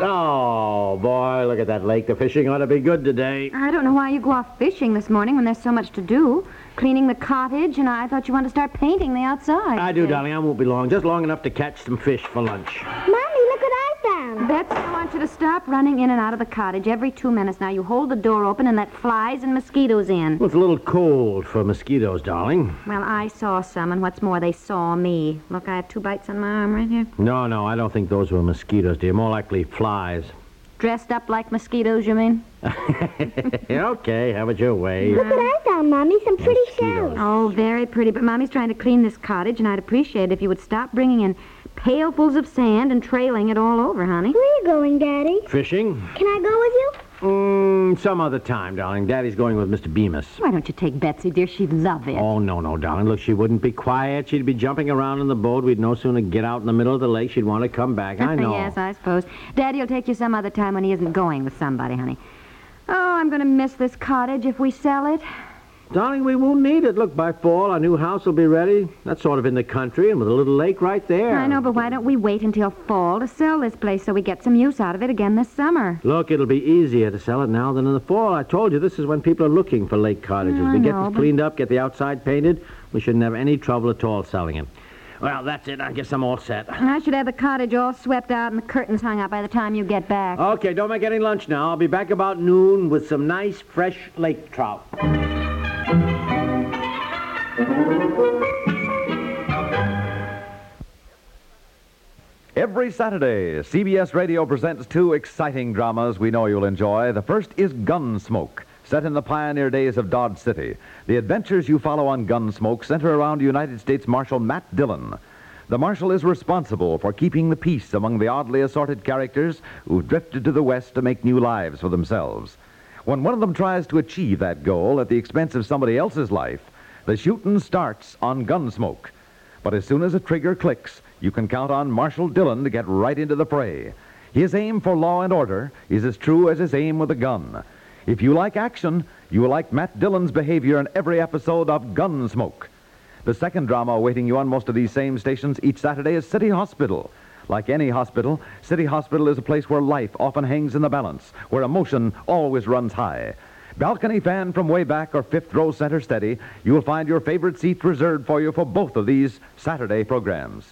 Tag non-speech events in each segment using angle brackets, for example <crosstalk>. Oh, boy, look at that lake. The fishing ought to be good today. I don't know why you go off fishing this morning when there's so much to do. Cleaning the cottage, and I thought you wanted to start painting the outside. I do, darling. I won't be long. Just long enough to catch some fish for lunch. Mommy, look what I found. Betsy, I want you to stop running in and out of the cottage every two minutes. Now, you hold the door open and let flies and mosquitoes in. Well, it's a little cold for mosquitoes, darling. Well, I saw some, and what's more, they saw me. Look, I have two bites on my arm right here. No, no, I don't think those were mosquitoes, dear. More likely flies. <laughs> Dressed up like mosquitoes, you mean? okay, have it your way. Look what I found, Mommy. Some pretty Mosquitoes. shells. Oh, very pretty. But Mommy's trying to clean this cottage, and I'd appreciate it if you would stop bringing in pailfuls of sand and trailing it all over, honey. Where are you going, Daddy? Fishing? Can I go with you? Mm, some other time, darling. Daddy's going with Mr. Bemis. Why don't you take Betsy, dear? She'd love it. Oh, no, no, darling. Look, she wouldn't be quiet. She'd be jumping around in the boat. We'd no sooner get out in the middle of the lake. She'd want to come back. I <laughs> know. yes, I suppose. Daddy will take you some other time when he isn't going with somebody, honey. Oh, I'm going to miss this cottage if we sell it. Darling, we won't need it. Look, by fall, our new house will be ready. That's sort of in the country and with a little lake right there. I know, but why don't we wait until fall to sell this place so we get some use out of it again this summer? Look, it'll be easier to sell it now than in the fall. I told you this is when people are looking for lake cottages. I we get know, this but- cleaned up, get the outside painted. We shouldn't have any trouble at all selling it. Well, that's it. I guess I'm all set. And I should have the cottage all swept out and the curtains hung up by the time you get back. Okay, don't make any lunch now. I'll be back about noon with some nice, fresh lake trout. Every Saturday, CBS Radio presents two exciting dramas we know you'll enjoy. The first is Gunsmoke, set in the pioneer days of Dodge City. The adventures you follow on Gunsmoke center around United States Marshal Matt Dillon. The Marshal is responsible for keeping the peace among the oddly assorted characters who've drifted to the West to make new lives for themselves. When one of them tries to achieve that goal at the expense of somebody else's life, the shooting starts on Gunsmoke. But as soon as a trigger clicks, you can count on Marshal Dillon to get right into the fray. His aim for law and order is as true as his aim with a gun. If you like action, you will like Matt Dillon's behavior in every episode of Gunsmoke. The second drama awaiting you on most of these same stations each Saturday is City Hospital. Like any hospital, City Hospital is a place where life often hangs in the balance, where emotion always runs high. Balcony fan from way back or fifth row center steady, you will find your favorite seats reserved for you for both of these Saturday programs.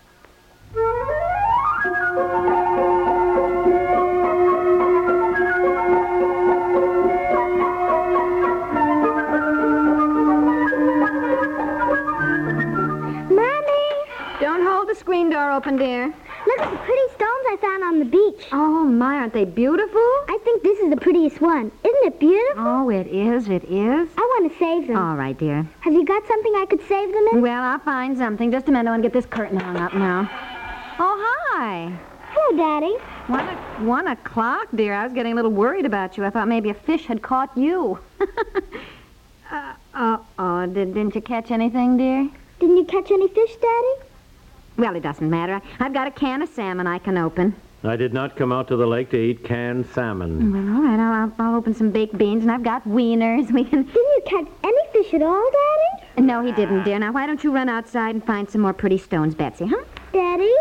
Mommy, Oh. Don't hold the screen door open, dear. look at the pretty stones I found on the beach. Oh, my, aren't they beautiful? I think this is the prettiest one. Isn't it beautiful? Oh, it is, it is. I want to save them. All right, dear. Have you got something I could save them in? Well, I'll find something. Just a minute. I want to get this curtain hung up now. Oh, hi. Hello, Daddy. One, o- one o'clock, dear. I was getting a little worried about you. I thought maybe a fish had caught you. <laughs> uh, uh-oh. Did, didn't you catch anything, dear? Didn't you catch any fish, Daddy? Well, it doesn't matter. I, I've got a can of salmon I can open. I did not come out to the lake to eat canned salmon. Well, all right. I'll, I'll, I'll open some baked beans, and I've got wieners. <laughs> We can... Didn't you catch any fish at all, Daddy? No, he didn't, dear. Now, why don't you run outside and find some more pretty stones, Betsy, huh? Daddy?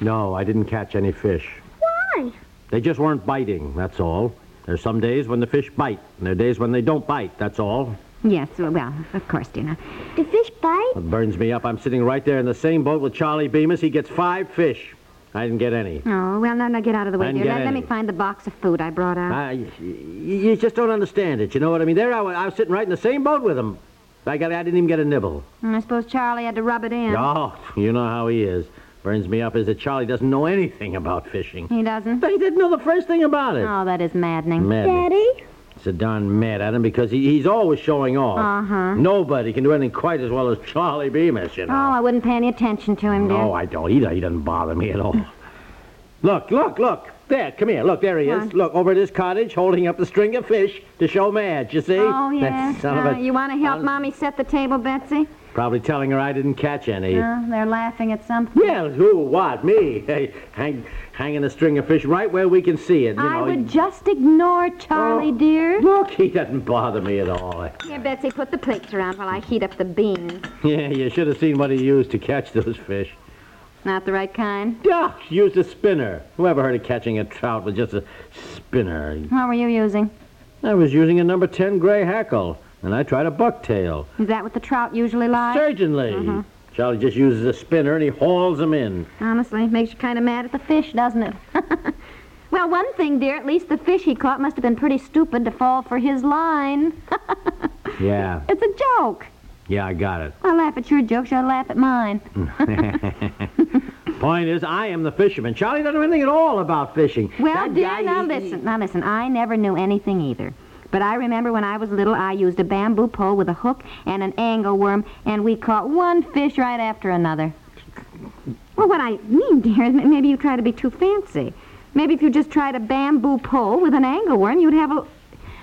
No, I didn't catch any fish. Why? They just weren't biting, that's all. There's some days when the fish bite, and there are days when they don't bite, that's all. Yes, well, of course, dear. Now, Do fish bite? It burns me up. I'm sitting right there in the same boat with Charlie Bemis. He gets five fish. I didn't get any. Oh, well, no, no, get out of the way, I didn't dear. get Let, let me any. find the box of food I brought out. I, y- you just don't understand it, you know what I mean? There I was, I was sitting right in the same boat with him. I, got, I didn't even get a nibble. Mm, I suppose Charlie had to rub it in. Oh, you know how he is. Burns me up is that Charlie doesn't know anything about fishing. He doesn't. But he didn't know the first thing about it. Hmm. Oh, that is maddening. Mad. Daddy? So darn mad at him because he, he's always showing off. Uh-huh. Nobody can do anything quite as well as Charlie Bemis, you Oh, know. I wouldn't pay any attention to him, dear. no, I don't. He, he doesn't bother me at all. Look, look, look. There, come here. Look, there he Come is. on. Look, over at his cottage, holding up the string of fish to show Madge, you see? Oh, That yes. son of Uh, a- you want to help Mommy set the table, Betsy? Probably telling her I didn't catch any. No, they're laughing at something. Well, who, what, me? Hey, hang, hanging a string of fish right where we can see it, you I know. would just ignore Charlie, dear. Look, he doesn't bother me at all. Here, Betsy, put the plates around while I heat up the beans. Yeah, you should have seen what he used to catch those fish. Not the right kind. Ducks used a spinner. Whoever heard of catching a trout with just a spinner? What were you using? I was using a number 10 gray hackle, and I tried a bucktail. Is that what the trout usually lie? Certainly. Charlie just uses a spinner and he hauls them in. Honestly, makes you kind of mad at the fish, doesn't it? <laughs> well, one thing, dear, at least the fish he caught must have been pretty stupid to fall for his line. Yeah, It's a joke. yeah, I got it. I laugh at your jokes, I laugh at mine. Point is, I am the fisherman. Charlie doesn't know anything at all about fishing. Well, That dear, guy, now he- listen, now listen. I never knew anything either. But I remember when I was little, I used a bamboo pole with a hook and an angle worm, and we caught one fish right after another. Well, what I mean, dear, is m- maybe you try to be too fancy. Maybe if you just tried a bamboo pole with an angle worm, you'd have a.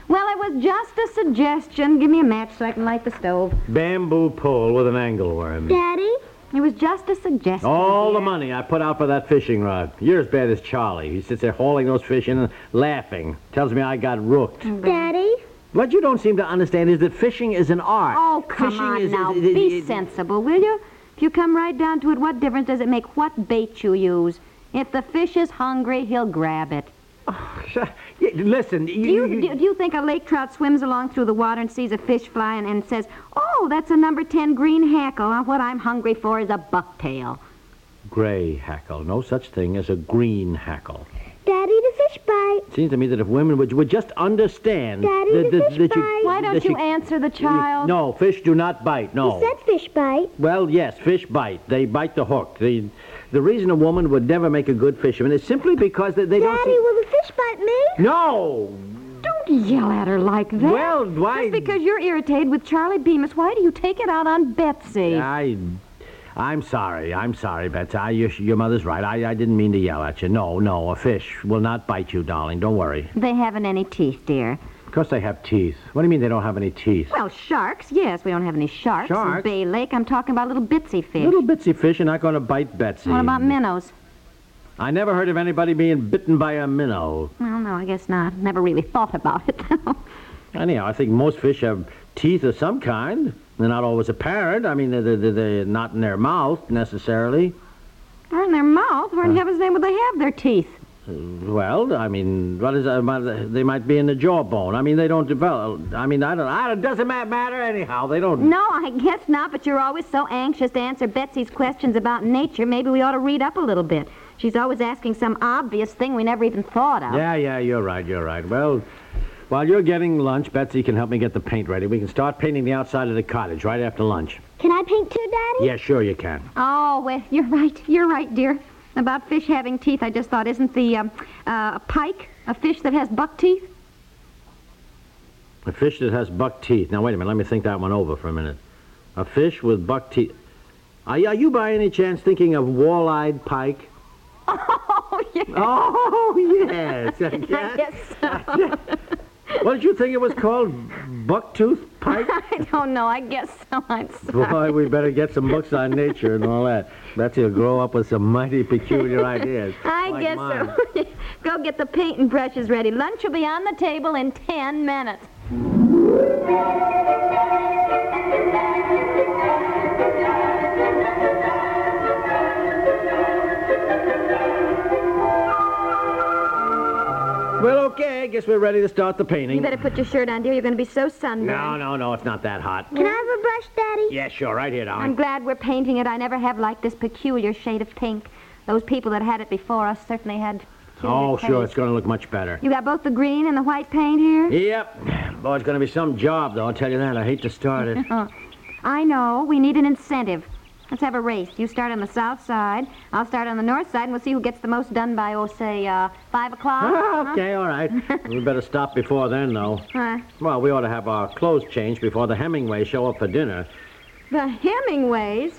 Well, it was just a suggestion. Give me a match so I can light the stove. Bamboo pole with an angle worm. Daddy? It was just a suggestion. All the dear. money I put out for that fishing rod. You're as bad as Charlie. He sits there hauling those fish in and laughing. Tells me I got rooked. Daddy? What you don't seem to understand is that fishing is an art. Oh, come Fishing on is- now. is- is- Be is- sensible, will you? If you come right down to it, what difference does it make what bait you use? If the fish is hungry, he'll grab it. <laughs> Yeah, Listen, you, Oh. Do you, do, do you think a lake trout swims along through the water and sees a fish fly and, and says, Oh, that's a number 10 green hackle. Uh, What I'm hungry for is a bucktail. gray hackle. No such thing as a green hackle. Daddy, the fish bite. It seems to me that if women would, would just understand Daddy, that, the that, fish that you, bite. Why that don't you answer the child? No, fish do not bite. No. You said fish bite. Well, yes, fish bite. They bite the hook. The, the reason a woman would never make a good fisherman is simply because they, they don't. Daddy, See... will the fish bite me? No. Don't yell at her like that. Well, why- Just because you're irritated with Charlie Bemis, why do you take it out on Betsy? I. I'm sorry. I'm sorry, Betsy. I, your, your mother's right. I, I didn't mean to yell at you. No, no, a fish will not bite you, darling. Don't worry. They haven't any teeth, dear. Of course they have teeth. What do you mean they don't have any teeth? Well, sharks, yes. We don't have any sharks. Sharks? In Bay Lake, I'm talking about little bitsy fish. Little bitsy fish are not going to bite Betsy. What about minnows? I never heard of anybody being bitten by a minnow. Well, no, I guess not. Never really thought about it. <laughs> Anyhow, I think most fish have teeth of some kind. They're not always apparent. I mean, they're, they're, they're not in their mouth necessarily. or in their mouth. Where in Uh. heaven's name would they have their teeth? Well, I mean, what is uh, they might be in the jawbone. I mean, they don't develop. I mean, I don't. I don't. Doesn't ma- matter anyhow. They don't. No, I guess not, but you're always so anxious to answer Betsy's questions about nature. Maybe we ought to read up a little bit. She's always asking some obvious thing we never even thought of. Yeah, yeah, you're right. You're right. Well, while you're getting lunch, Betsy can help me get the paint ready. We can start painting the outside of the cottage right after lunch. Can I paint too, Daddy? Yeah, sure you can. Oh, well, <laughs> you're right. You're right, dear. About fish having teeth, I just thought, isn't the um, uh, pike a fish that has buck teeth? A fish that has buck teeth. Now, wait a minute. Let me think that one over for a minute. A fish with buck teeth. Are, you- are you by any chance thinking of wall-eyed pike? <laughs> Oh, yeah. Oh, <laughs> yes. I guess. Yes. What did you think it was called? Bucktooth <laughs> pike? I don't know. I guess so. I'm sorry. Boy, we better get some books on nature and all that. Betsy will grow up with some mighty peculiar ideas. <laughs> I like guess mine. so. <laughs> Go get the paint and brushes ready. Lunch will be on the table in ten minutes. Well, okay. I guess we're ready to start the painting. You better put your shirt on, dear. You're going to be so sunburned. No, no, no. It's not that hot. Can I have a brush, Daddy? Yeah, sure. Right here, darling. I'm glad we're painting it. I never have liked this peculiar shade of pink. Those people that had it before us certainly had. peculiar oh, sure. taste. It's going to look much better. You got both the green and the white paint here? Yep. Boy, it's going to be some job, though. I'll tell you that. I hate to start <laughs> it. I know. We need an incentive. Let's have a race. You start on the south side. I'll start on the north side, and we'll see who gets the most done by, oh, say, uh, 5 o'clock. Uh-huh. Uh, Ah, <laughs> okay, all right. we better stop before then, though. Huh? Well, we ought to have our clothes changed before the Hemingway show up for dinner. The Hemingways?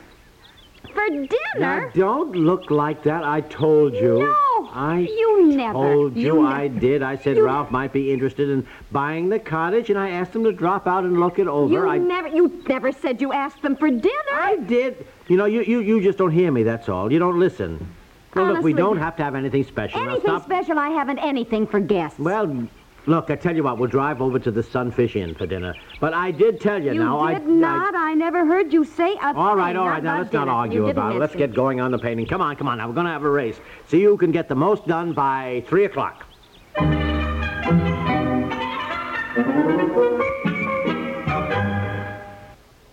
For dinner? Now, don't look like that. I told you. No! I You never. told you, never. I did. I said Ralph might be interested in buying the cottage, and I asked him to drop out and look it over. You I never. You never said you asked them for dinner. I did. You know, you, you, you just don't hear me, that's all. You don't listen. Now, look, Honestly. we don't have to have anything special. now, anything stop. special? I haven't anything for guests. Well, look, I tell you what, we'll drive over to the Sunfish Inn for dinner. But I did tell you, you now. I- did I, not. I, never heard you say a all right, thing all right. Now, about let's not dinner. You argue didn't about it. Let's mention get going on the painting. Come on, come on. Now, we're going to have a race. See who can get the most done by 3 o'clock.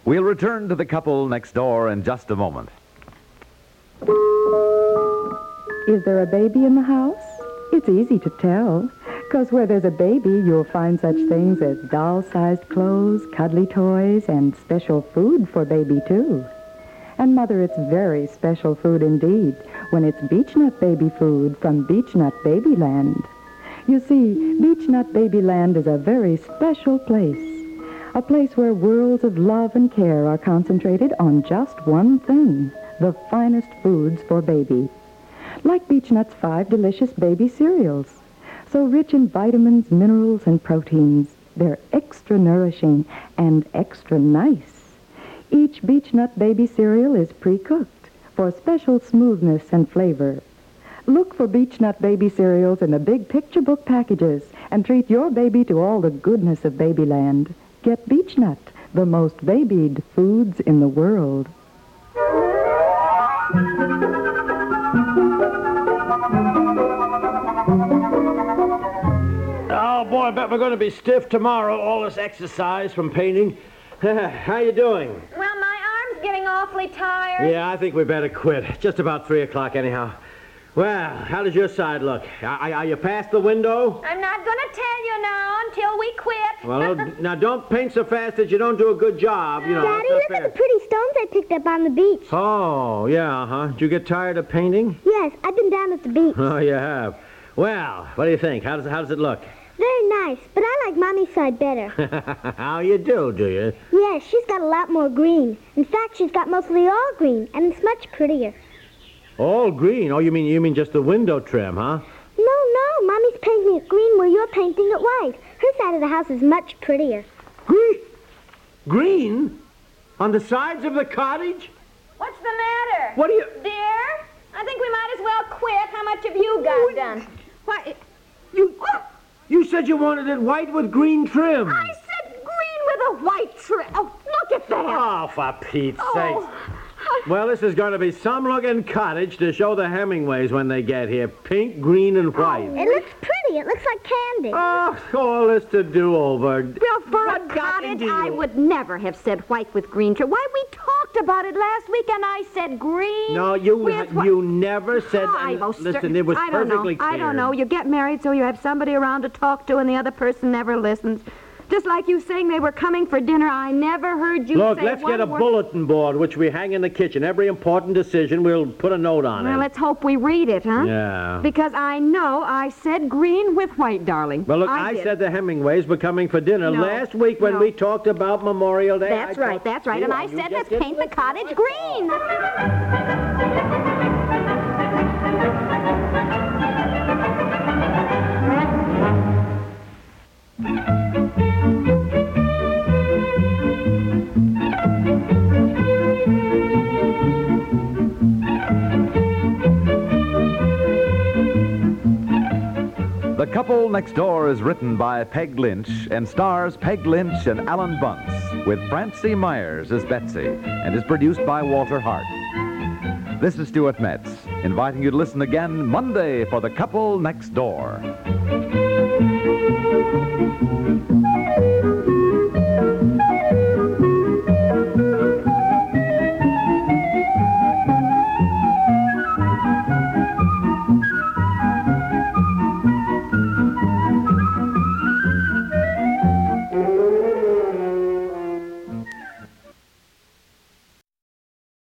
We'll return to the couple next door in just a moment. Is there a baby in the house? It's easy to tell, 'cause where there's a baby, you'll find such things as doll-sized clothes, cuddly toys, and special food for baby, too. And, Mother, it's very special food indeed when it's beechnut baby food from Beechnut Babyland. You see, Beechnut Babyland is a very special place, a place where worlds of love and care are concentrated on just one thing, the finest foods for baby like Beechnut's five delicious baby cereals. So rich in vitamins, minerals, and proteins, they're extra nourishing and extra nice. Each Beechnut baby cereal is pre-cooked for special smoothness and flavor. Look for Beechnut baby cereals in the big picture book packages and treat your baby to all the goodness of babyland. Get Beechnut, the most babied foods in the world. Oh, boy, I bet we're going to be stiff tomorrow. All this exercise from painting. <laughs> How you doing? Well, my arm's getting awfully tired. Yeah, I think we better quit. Just about 3 o'clock, anyhow. Well, how does your side look? Are, are you past the window? I'm not going to tell you now until we quit. <laughs> <laughs> Well, no- now don't paint so fast that you don't do a good job. You know, Daddy, it's not look fair. at the pretty stones I picked up on the beach. Oh, yeah, huh? Did you get tired of painting? <laughs> Yes, I've been down at the beach. Oh, you have. Well, what do you think? How does, how does it look? <laughs> Very nice, but I like Mommy's side better. how you do, do you? yes, she's got a lot more green. In fact, she's got mostly all green, and it's much prettier. All green. Oh, you mean you mean just the window trim, huh? No, no, Mommy's painting it green where you're painting it white. Her side of the house is much prettier. Green? Green? On the sides of the cottage? What's the matter? What do you... Dear, I think we might as well quit. How much have you got done? Why? Oh, You... You said you wanted it white with green trim. I said green with a white trim. Oh, look at that. Oh, for Pete's Oh. sake. Well, this is going to be some looking cottage to show the Hemingways when they get here. Pink, green, and white. Oh, It looks pretty. It looks like candy. Oh, all this to do over. Well, for What a got cottage, into you? I would never have said white with green trim. Why, we talked about it last week, and I said green. No, you with whi- you never said. Oh, I most listen, cer- it was I don't know. perfectly clear. I don't know. You get married so you have somebody around to talk to, and the other person never listens. Just like you saying they were coming for dinner, I never heard you Look, say let's one get a word. bulletin board which we hang in the kitchen. Every important decision, we'll put a note on Well, it. let's hope we read it, huh? Yeah. Because I know I said green with white, darling. well, look, I, I, did. said the Hemingways were coming for dinner No, last week when no. we talked about Memorial Day. That's I right, talked- that's right. You And are- I you said, just let's didn't paint the listen. cottage green. The Couple Next Door is written by Peg Lynch and stars Peg Lynch and Alan Bunce, with Francie Myers as Betsy, and is produced by Walter Hart. This is Stuart Metz, inviting you to listen again Monday for The Couple Next Door.